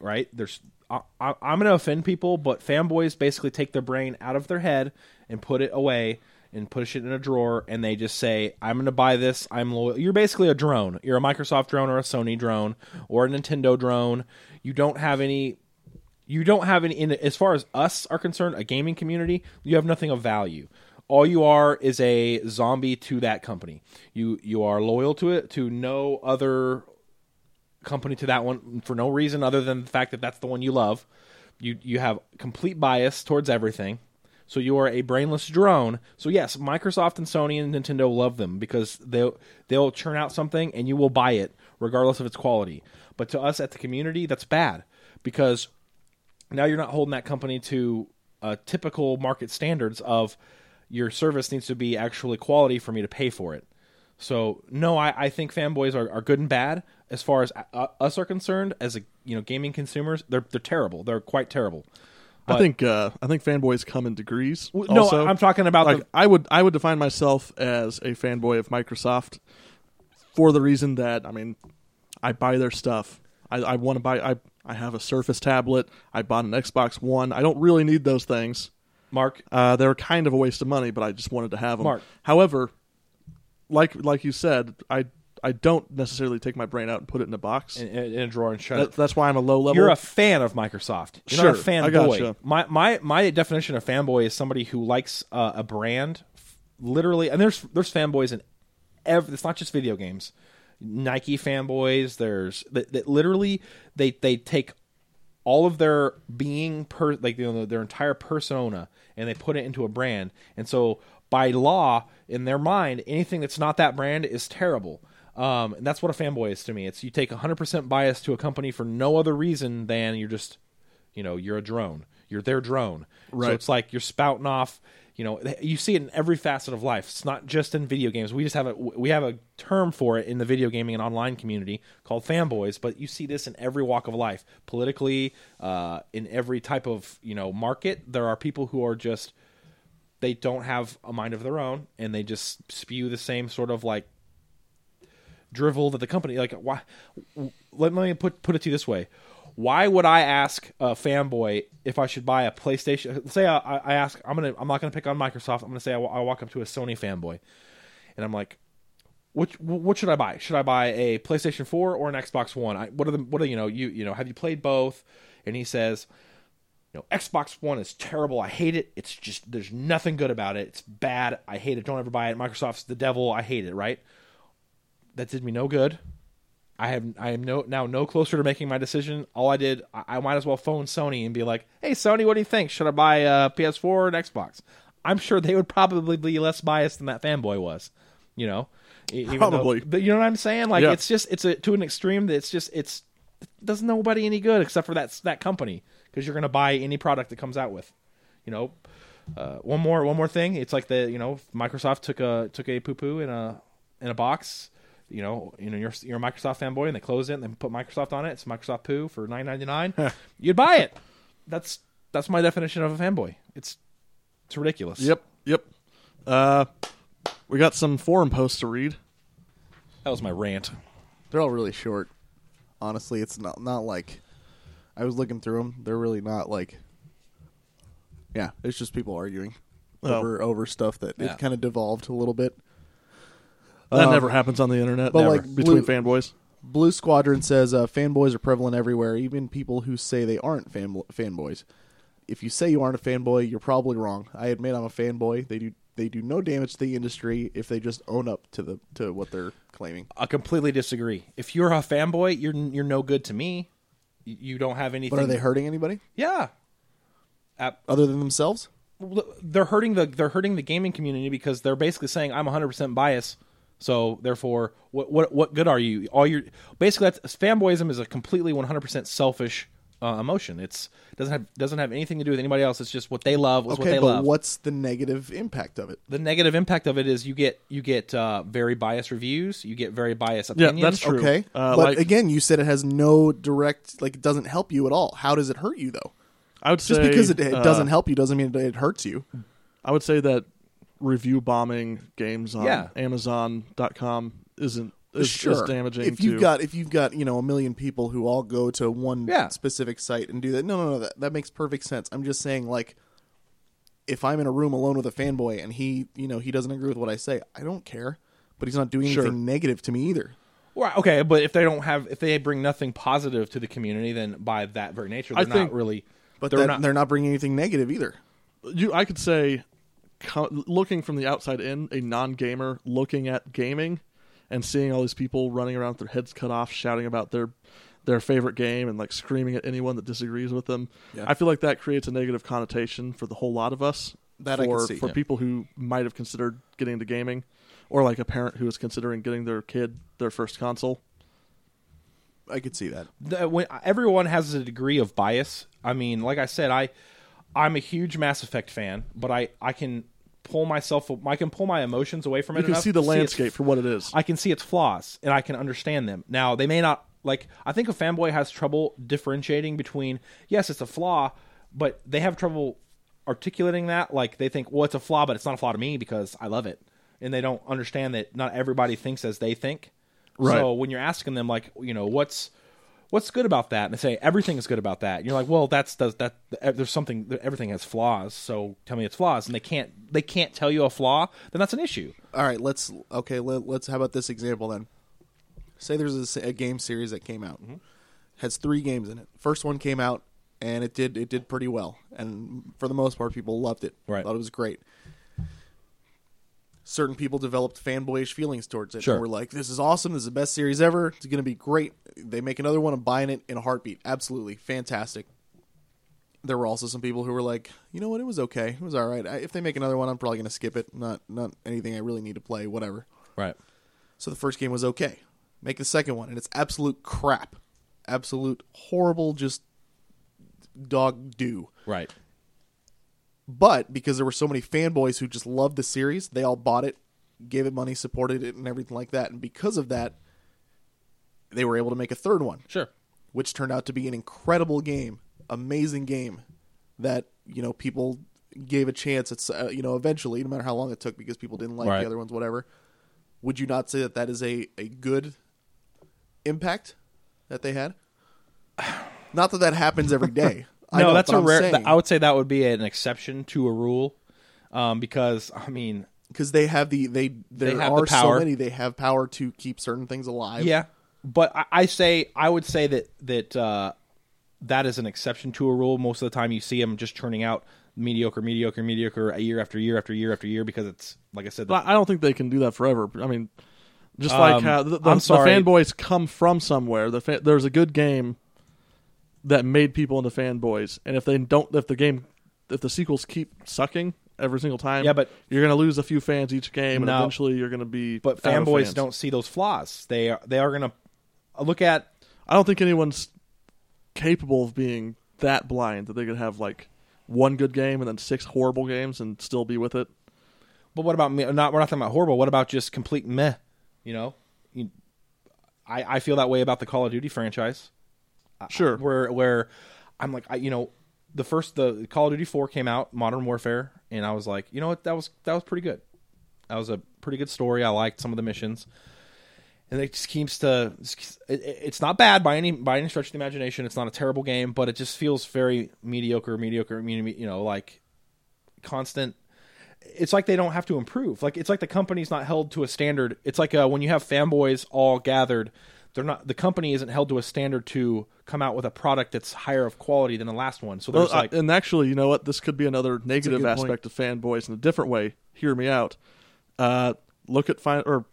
S1: right? There's I, I, I'm going to offend people, but fanboys basically take their brain out of their head and put it away and push it in a drawer, and they just say, "I'm going to buy this. I'm loyal." You're basically a drone. You're a Microsoft drone or a Sony drone or a Nintendo drone. You don't have any you don't have any in as far as us are concerned a gaming community you have nothing of value all you are is a zombie to that company you you are loyal to it to no other company to that one for no reason other than the fact that that's the one you love you you have complete bias towards everything so you are a brainless drone so yes microsoft and sony and nintendo love them because they'll they'll churn out something and you will buy it regardless of its quality but to us at the community that's bad because now you're not holding that company to uh, typical market standards of your service needs to be actually quality for me to pay for it. So no, I, I think fanboys are, are good and bad as far as uh, us are concerned. As a you know gaming consumers, they're they're terrible. They're quite terrible.
S3: I think uh, I think fanboys come in degrees.
S1: W- no,
S3: also.
S1: I- I'm talking about
S3: like
S1: the-
S3: I would I would define myself as a fanboy of Microsoft for the reason that I mean I buy their stuff. I, I want to buy I I have a Surface tablet. I bought an Xbox One. I don't really need those things.
S1: Mark,
S3: Uh, they're kind of a waste of money, but I just wanted to have them.
S1: Mark.
S3: However, like like you said, I I don't necessarily take my brain out and put it in a box.
S1: in, in a drawer and shut
S3: That,
S1: it.
S3: that's why I'm a low level.
S1: You're a fan of Microsoft. You're not a
S3: Sure, I
S1: fanboy.
S3: gotcha.
S1: My my my definition of fanboy is somebody who likes uh, a brand, f- literally. And there's there's fanboys in every. It's not just video games. Nike fanboys. There's that, that literally they they take all of their being per like you know, their entire persona and they put it into a brand. And so by law in their mind, anything that's not that brand is terrible. Um, and that's what a fanboy is to me. It's you take 100% bias to a company for no other reason than you're just, you know, you're a drone. You're their drone. So
S3: Right.
S1: it's like you're spouting off, you know, th- you see it in every facet of life. It's not just in video games. We just have a we have a term for it in the video gaming and online community called fanboys, but you see this in every walk of life. Politically, uh, in every type of, you know, market, there are people who are just they don't have a mind of their own and they just spew the same sort of like drivel that the company like why w- let me put put it to you this way why would i ask a fanboy if i should buy a playstation say i, I ask i'm gonna i'm not gonna pick on microsoft i'm gonna say I wa- I walk up to a sony fanboy and i'm like which wh- what should I buy? Should I buy a PlayStation 4 or an Xbox One? I, what are the what are you know you you know have you played both? And he says, you know, Xbox One is terrible. I hate it. It's just there's nothing good about it. It's bad. I hate it. Don't ever buy it. Microsoft's the devil. I hate it. Right? That did me no good. I have I am no now no closer to making my decision. All I did I, I might as well phone Sony and be like, "Hey Sony, what do you think? Should I buy uh, a PS4 or an Xbox?" I'm sure they would probably be less biased than that fanboy was, you know. E- even though-
S3: Probably.
S1: but you know what I'm saying? Like
S3: Yeah.
S1: it's just it's a, to an extreme that it's just it's it does nobody any good except for that that company because you're gonna buy any product that comes out with, you know. Uh, one more one more thing. It's like the you know Microsoft took a took a poo poo in a in a box. You know you know you're you're a Microsoft fanboy and they close it and they put Microsoft on it. It's Microsoft poo for nine ninety nine. You'd buy it. That's that's my definition of a fanboy. It's it's ridiculous.
S3: Yep, yep. Uh, We got some forum posts to read.
S1: That was my rant.
S2: They're all really short. Honestly, it's not not like I was looking through them. They're really not like Yeah, it's just people arguing
S3: Oh.
S2: over over stuff that
S1: Yeah.
S2: it kind of devolved a little bit.
S3: That
S2: Um,
S3: never happens on the internet.
S2: but,
S3: never,
S2: like, blue-
S3: between fanboys.
S2: Blue Squadron says uh, fanboys are prevalent everywhere, even people who say they aren't fan- fanboys. If you say you aren't a fanboy, you're probably wrong. I admit I'm a fanboy. They do they do no damage to the industry if they just own up to the to what they're claiming.
S1: I completely disagree. If you're a fanboy, you're you're no good to me. You- You don't have anything.
S2: But are they hurting anybody
S1: Yeah, Ap-
S2: other than themselves?
S1: they're hurting the they're hurting the gaming community because they're basically saying I'm 100 percent biased. So therefore, what what what good are you? All your basically that's fanboyism is a completely 100 percent selfish uh, emotion. It's doesn't have doesn't have anything to do with anybody else. It's just what they love is what
S2: Okay,
S1: they
S2: but
S1: love.
S2: what's the negative impact of it?
S1: the negative impact of it is you get you get uh, very biased reviews. You get very biased
S3: Yeah,
S1: opinions.
S3: that's true.
S2: Okay,
S3: Uh,
S2: but
S3: like-
S2: again, you said it has no direct like it doesn't help you at all. How does it hurt you though?
S3: I would
S2: Just
S3: say,
S2: because it, it
S3: uh,
S2: doesn't help you doesn't mean it, it hurts you.
S3: I would say that review bombing games on
S1: Yeah.
S3: Amazon.com isn't is, is damaging.
S2: If you've
S3: to-
S2: got if you've got you know a million people who all go to one
S1: Yeah.
S2: specific site and do that, no, no, no, that that makes perfect sense. I'm just saying like. If I'm in a room alone with a fanboy and he, you know, he doesn't agree with what I say, I don't care. But he's not doing
S3: Sure.
S2: anything negative to me either.
S1: Right, okay, but if they don't have, if they bring nothing positive to the community, then by that very nature,
S3: I
S1: they're
S3: think-
S1: not really.
S2: But
S1: they're
S2: that-
S1: not.
S2: they're not bringing anything negative either.
S3: you I could say co- looking from the outside in, a non-gamer looking at gaming and seeing all these people running around with their heads cut off shouting about their their favorite game and like screaming at anyone that disagrees with them.
S2: Yeah.
S3: I feel like that creates a negative connotation for the whole lot of us
S2: That
S3: for
S2: I can see,
S3: for
S2: yeah.
S3: people who might have considered getting into gaming or like a parent who is considering getting their kid their first console.
S2: I could see that.
S1: the, when everyone has a degree of bias. I mean, like I said, I I'm a huge Mass Effect fan, but I I can pull myself I can pull my emotions away from it.
S3: You can
S1: enough
S3: see the
S1: to
S3: landscape
S1: its-
S3: for what it is.
S1: I can see its flaws and I can understand them. Now they may not like. I think a fanboy has trouble differentiating between yes, it's a flaw, but they have trouble articulating that. Like they think, well, it's a flaw, but it's not a flaw to me because I love it, and they don't understand that not everybody thinks as they think.
S3: Right.
S1: So when you're asking them, like, you know, what's what's good about that, and they say everything is good about that, and you're like, well, that's does that there's something everything has flaws, so tell me its flaws, and they can't they can't tell you a flaw, then that's an issue.
S2: all right let's okay let, let's how about this example then say there's a, s- a game series that came
S1: Mm-hmm.
S2: out has three games in it first one came out and it did it did pretty well and for the most part people loved it
S1: Right.
S2: thought it was great certain people developed fanboyish feelings towards it
S1: Sure.
S2: and were like this is awesome this is the best series ever it's going to be great they make another one and buying it in a heartbeat absolutely fantastic there were also some people who were like, you know what, it was okay, it was all right. I, if they make another one, I'm probably going to skip it. Not not anything I really need to play, whatever.
S1: Right.
S2: So the first game was okay. Make the second one, and it's absolute crap, absolute horrible, just dog do.
S1: Right.
S2: But because there were so many fanboys who just loved the series, they all bought it, gave it money, supported it, and everything like that. And because of that, they were able to make a third one
S1: Sure.
S2: which turned out to be an incredible game, amazing game that you know people gave a chance. It's uh, you know eventually, no matter how long it took, because people didn't like
S1: Right.
S2: the other ones, whatever. Would you not say that that is a a good impact that they had? Not that that happens every day. I
S1: no,
S2: know,
S1: that's
S2: but
S1: a
S2: I'm
S1: rare.
S2: saying-
S1: I would say that would be an exception to a rule, um, because I mean,
S2: because they have the they there
S1: have the
S2: are
S1: power.
S2: so many they have power to keep certain things alive.
S1: yeah. But I, I say I would say that that uh, that is an exception to a rule. Most of the time, you see them just churning out mediocre, mediocre, mediocre, year after year after year after year, because it's like I said, the
S3: But I don't think they can do that forever. I mean, just like
S1: Um,
S3: how the, the,
S1: I'm
S3: the
S1: sorry.
S3: fanboys come from somewhere. The fa- there's a good game that made people into fanboys, and if they don't, if the game, if the sequels keep sucking every single time,
S1: Yeah, but-
S3: you're gonna lose a few fans each game,
S1: No.
S3: and eventually you're gonna be.
S1: but
S3: out of
S1: fanboys
S3: fans.
S1: don't see those flaws. They are they are gonna uh, look at
S3: I don't think anyone's capable of being that blind that they could have like one good game and then six horrible games and still be with it.
S1: But what about me? Not we're not talking about horrible. What about just complete meh? You know, you, I I feel that way about the Call of Duty franchise.
S3: Sure.
S1: Where where I'm like I you know the first the Call of Duty four came out Modern Warfare and I was like you know what that was that was pretty good That was a pretty good story. I liked some of the missions, and it just keeps to. it- it- It's not bad by any by any stretch of the imagination. It's not a terrible game, but it just feels very mediocre, mediocre. medi- You know, like constant. It's like they don't have to improve. Like it's like the company's not held to a standard. It's like uh, when you have fanboys all gathered, they're not. The company isn't held to a standard to come out with a product that's higher of quality than the last one. So
S3: Well,
S1: there's
S3: I-
S1: like
S3: and actually, you know what? This could be another negative
S2: good point.
S3: aspect of fanboys in a different way. Hear me out. Uh, look at fin- or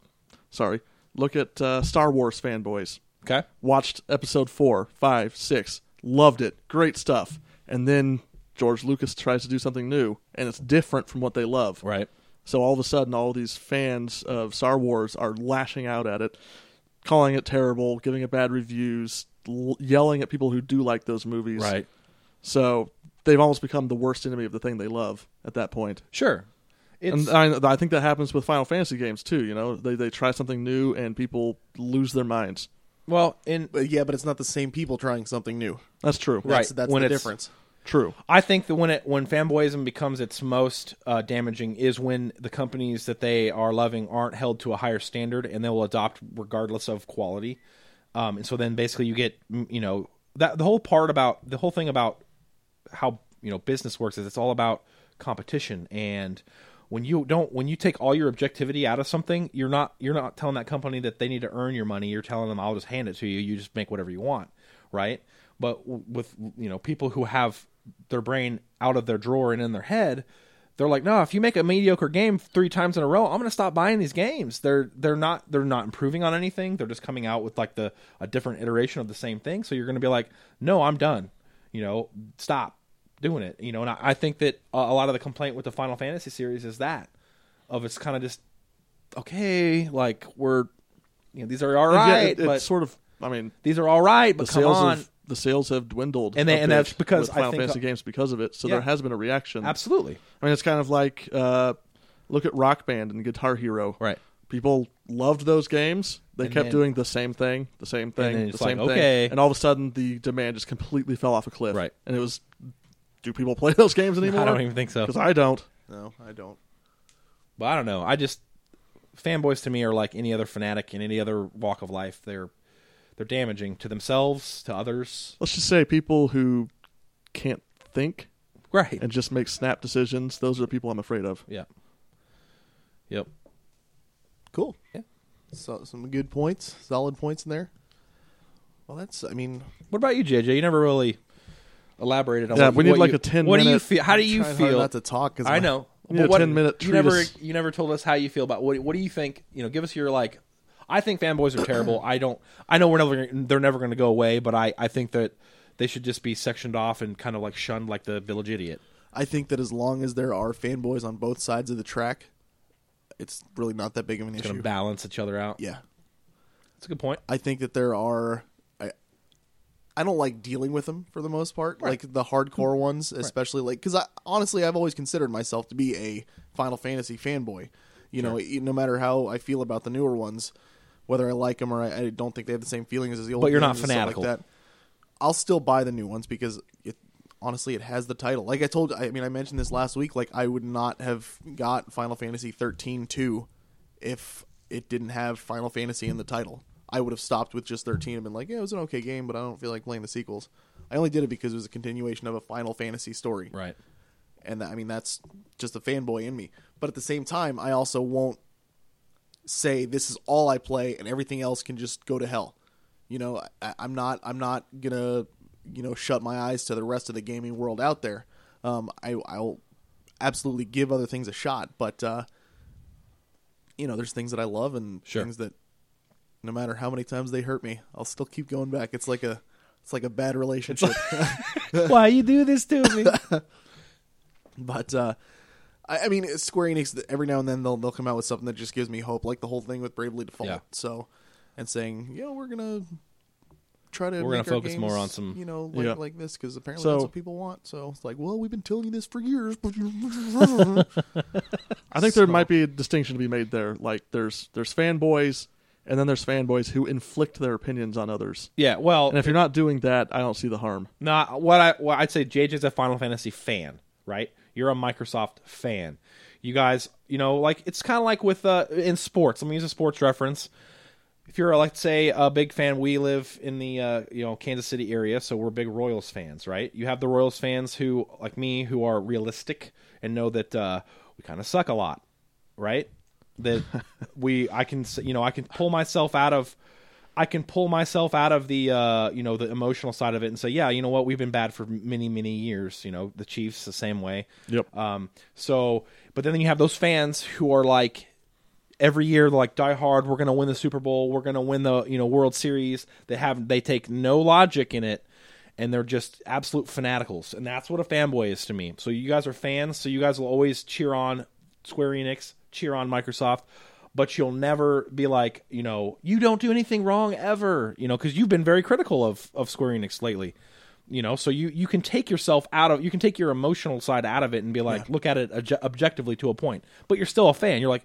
S3: sorry, look at uh, Star Wars fanboys.
S1: okay,
S3: Watched episode four, five, six, loved it, great stuff. And then George Lucas tries to do something new, and it's different from what they love.
S1: right.
S3: So all of a sudden, all these fans of Star Wars are lashing out at it, calling it terrible, giving it bad reviews, l- yelling at people who do like those movies.
S1: Right.
S3: So they've almost become the worst enemy of the thing they love at that point.
S1: Sure. It's
S3: And uh, I, I think that happens with Final Fantasy games too. You know, they they try something new and people lose their minds.
S1: well, in
S2: But yeah, but it's not the same people trying something new.
S3: That's true.
S2: That's,
S1: Right,
S2: That's
S1: when
S2: the
S1: it's-
S2: difference.
S3: True.
S1: I think that when it when fanboyism becomes its most uh, damaging is when the companies that they are loving aren't held to a higher standard and they will adopt regardless of quality. Um, and so then basically you get mm, you know that the whole part about the whole thing about how you know business works is it's all about competition and when you don't when you take all your objectivity out of something you're not you're not telling that company that they need to earn your money you're telling them I'll just hand it to you you just make whatever you want right but w- with you know people who have their brain out of their drawer and in their head they're like no if you make a mediocre game 3 times in a row I'm going to stop buying these games they're they're not they're not improving on anything they're just coming out with like the a different iteration of the same thing so you're going to be like no I'm done you know, stop doing it. You know, and I, I think that a, a lot of the complaint with the Final Fantasy series is that of it's kind of just okay, like we're you know these are all
S3: And
S1: right,
S3: yeah, it- it's
S1: but
S3: sort of. I mean,
S1: these are all right,
S3: the
S1: but come
S3: sales
S1: on,
S3: have the sales have dwindled,
S1: And they-
S3: a
S1: and
S3: bit
S1: that's because
S3: with
S1: I
S3: Final
S1: think-
S3: Fantasy games because of it. So
S1: Yeah.
S3: there has been a reaction.
S1: absolutely
S3: I mean, it's kind of like uh, look at Rock Band and Guitar Hero.
S1: Right.
S3: People loved those games. They
S1: And
S3: kept
S1: then-
S3: doing the same thing, the same thing,
S1: then
S3: the
S1: it's
S3: same
S1: like,
S3: thing.
S1: okay.
S3: And all of a sudden, the demand just completely fell off a cliff.
S1: Right.
S3: And it was, do people play those games anymore?
S1: I don't even think so.
S3: Because I don't.
S2: No, I don't.
S1: But I don't know. I just fanboys to me are like any other fanatic in any other walk of life. They're they're damaging to themselves, to others.
S3: Let's just say people who can't think
S1: Right.
S3: and just make snap decisions. Those are the people I'm afraid of.
S1: yeah. Yep.
S2: Cool.
S1: Yeah.
S2: So some good points, solid points in there. Well, that's. I mean,
S1: What about you, JJ? You never really elaborated on
S3: Yeah,
S1: what,
S3: we need
S1: what
S3: like
S1: you-
S3: a 10
S1: What do you
S3: minute-
S1: feel? How do you
S2: trying hard
S1: feel?
S2: not to talk? 'cause
S1: I
S2: my-
S1: know.
S3: Yeah,
S1: But what-
S3: 10-minute
S1: You never
S3: treatise.
S1: you never told us how you feel about what what do you think? You know, give us your like I think fanboys are terrible. I don't I know we're never they're never going to go away, but I I think that they should just be sectioned off and kind of like shunned like the village idiot.
S2: I think that as long as there are fanboys on both sides of the track, it's really not that big of an
S1: It's going
S2: issue.
S1: to balance each other out.
S2: yeah.
S1: That's a good point.
S2: I think that there are. I, I don't like dealing with them for the most part, like the
S1: Mm-hmm.
S2: hardcore ones, especially like because I honestly I've always considered myself to be a Final Fantasy fanboy. You know, e- no matter how I feel about the newer ones, whether I like them or I, I don't think they have the same feelings as the old.
S1: But you're not
S2: games and stuff
S1: fanatical.
S2: Like that. I'll still buy the new ones because it honestly it has the title. Like I told, I mean I mentioned this last week. Like I would not have got Final Fantasy 13 2 if it didn't have Final Fantasy in the title. I would have stopped with just 13 and been like, yeah, it was an okay game, but I don't feel like playing the sequels. I only did it because it was a continuation of a Final Fantasy story
S1: Right.
S2: and that, I mean that's just a fanboy in me. But at the same time, I also won't say this is all I play and everything else can just go to hell. You know, I, I'm not I'm not gonna you know shut my eyes to the rest of the gaming world out there. Um, I I'll absolutely give other things a shot, but uh, you know, there's things that I love and
S1: Sure.
S2: things that no matter how many times they hurt me, I'll still keep going back. It's like a it's like a bad relationship.
S1: Why you do this to me?
S2: But uh, I, I mean, Square Enix every now and then they'll they'll come out with something that just gives me hope, like the whole thing with Bravely Default.
S1: Yeah.
S2: So, and saying, yeah, we're gonna try to
S1: We're gonna
S2: make our
S1: focus
S2: games,
S1: more on some-
S2: you know like,
S3: Yeah.
S2: like this because apparently
S3: So-
S2: that's what people want. So it's like, well, we've been telling you this for years, but you
S3: I think there might be a distinction to be made there. Like there's there's fanboys, and then there's fanboys who inflict their opinions on others.
S1: yeah, well,
S3: And if you're not doing that, I don't see the harm.
S1: Nah, what I what I'd say JJ's a Final Fantasy fan. right? You're a Microsoft fan. You guys, you know, like it's kind of like with uh, in sports. Let me use a sports reference. If you're, let's say, a big fan, we live in the uh, you know Kansas City area, so we're big Royals fans, right? You have the Royals fans who, like me, who are realistic and know that uh, we kind of suck a lot, right? That we, I can, s- you know, I can pull myself out of, I can pull myself out of the, uh, you know, the emotional side of it and say, yeah, you know what, we've been bad for many, many years. You know, the Chiefs the same way.
S3: Yep.
S1: Um, so, but then you have those fans who are like, every year they're like die hard. We're gonna win the Super Bowl. We're gonna win the you know World Series. They have they take no logic in it, and they're just absolute fanaticals. And that's what a fanboy is to me. So you guys are fans. So you guys will always cheer on Square Enix, cheer on Microsoft. But you'll never be like, you know, you don't do anything wrong ever, you know, because you've been very critical of, of Square Enix lately you know so you you can take yourself out of you can take your emotional side out of it and be like look at it obje- objectively to a point but you're still a fan you're like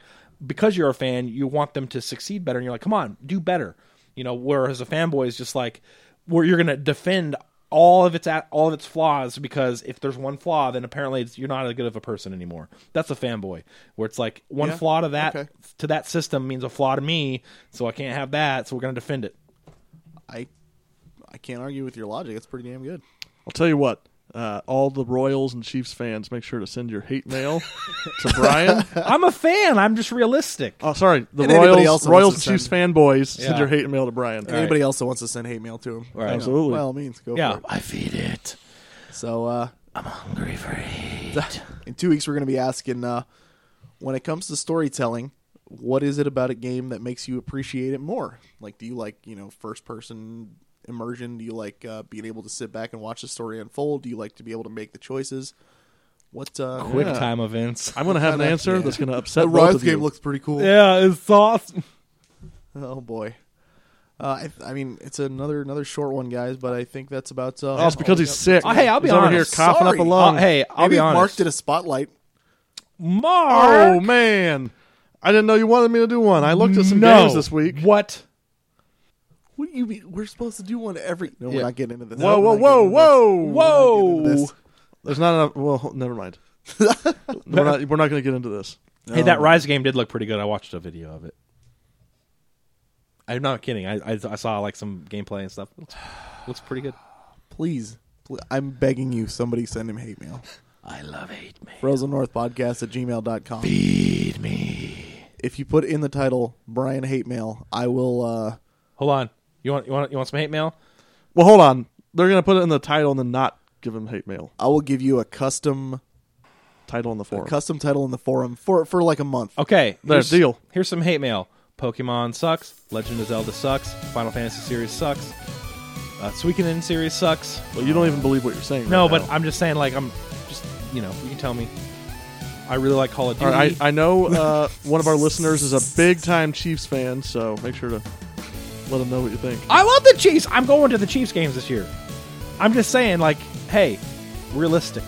S1: because you're a fan you want them to succeed better and you're like come on do better you know whereas a fanboy is just like where you're going to defend all of its at all of its flaws because if there's one flaw then apparently it's, you're not as good of a person anymore that's a fanboy where it's like one
S2: Yeah,
S1: flaw to that
S2: okay.
S1: to that system means a flaw to me so i can't have that so we're going to defend it
S2: I I can't argue with your logic. It's pretty damn good.
S3: I'll tell you what. Uh, all the Royals and Chiefs fans, make sure to send your hate mail to Brian.
S1: i'm a fan i'm just realistic
S3: Oh, sorry, the
S2: And anybody
S3: Royals,
S2: else that
S3: Royals
S2: wants
S3: and
S2: to
S3: Chiefs fanboys, send
S1: Yeah.
S3: your hate mail to Brian.
S1: right.
S2: Anybody else that wants to send hate mail to him,
S1: All right.
S3: Absolutely.
S2: Well, means go
S1: yeah
S2: for it.
S1: i feed it
S2: So uh,
S1: hungry for hate.
S2: in two weeks, we're going to be asking uh, when it comes to storytelling, what is it about a game that makes you appreciate it more? Like, do you like you know first person immersion? Do you like uh, being able to sit back and watch the story unfold? Do you like to be able to make the choices? What uh,
S1: Quick time events.
S3: I'm going to have an
S2: Kinda-
S3: answer
S2: yeah.
S3: that's going to upset
S2: The
S3: both
S2: Rise
S3: of you.
S2: game looks pretty cool.
S1: Yeah, it's awesome.
S2: Oh boy. Uh, I, I mean, it's another another short one, guys. But I think that's about. Uh,
S3: oh, it's because he's sick.
S1: Oh, hey, I'll be
S3: he's over here
S1: honest.
S3: coughing
S2: Sorry. Oh,
S3: up a lung.
S1: Uh, hey, I'll
S2: Maybe
S1: be
S2: if
S1: honest.
S2: Mark did a spotlight.
S1: Mark.
S3: Oh man, I didn't know you wanted me to do one. I looked at some
S1: no.
S3: games this week.
S1: What?
S2: What do you mean? We're supposed to do one every. No,
S1: Yeah.
S2: we're not getting into this.
S3: Whoa,
S2: We're
S3: whoa,
S2: not
S3: whoa,
S2: getting into
S3: whoa,
S1: Whoa.
S2: this.
S3: There's not enough. Well, never mind. we're not. We're not going to get into this.
S1: Hey, that Rise game did look pretty good. I watched a video of it. I'm not kidding. I I, I saw like some gameplay and stuff. Looks, looks pretty good.
S2: Please, pl- I'm begging you, somebody send him hate mail.
S1: I love hate me.
S2: Rosalnorthpodcast at gmail.com.
S1: Feed me.
S2: If you put in the title Brian Hate Mail, I will. uh
S1: Hold on. You want you want you want some hate mail?
S3: Well, hold on. They're going to put it in the title and then not give him hate mail.
S2: I will give you a custom
S3: Title in the
S2: a
S3: forum.
S2: custom title in the forum for for like a month.
S1: Okay.
S3: There's
S1: here's-
S3: deal.
S1: Here's some hate mail. Pokemon sucks. Legend of Zelda sucks. Final Fantasy series sucks. Uh, Suikoden series sucks.
S3: Well, you don't even believe what you're saying.
S1: No,
S3: right
S1: but
S3: now.
S1: I'm just saying, like, I'm just, you know, you can tell me. I really like Call of
S3: All
S1: Duty.
S3: right, I, I know uh, one of our listeners is a big time Chiefs fan, so make sure to let him know what you think.
S1: I love the Chiefs. I'm going to the Chiefs games this year. I'm just saying, like, hey, realistic.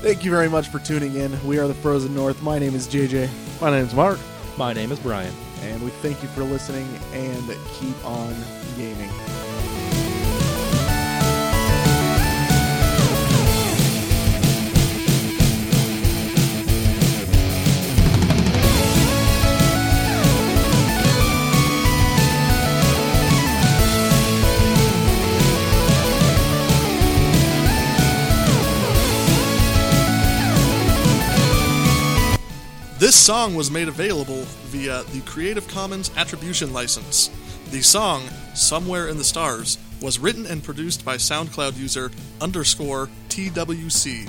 S2: Thank you very much for tuning in. We are the Frozen North. My name is JJ,
S3: My name's Mark.
S1: My name is Brian.
S2: and we thank you for listening and keep on gaming.
S3: This song was made available via the Creative Commons Attribution License. The song, Somewhere in the Stars, was written and produced by SoundCloud user underscore TWC.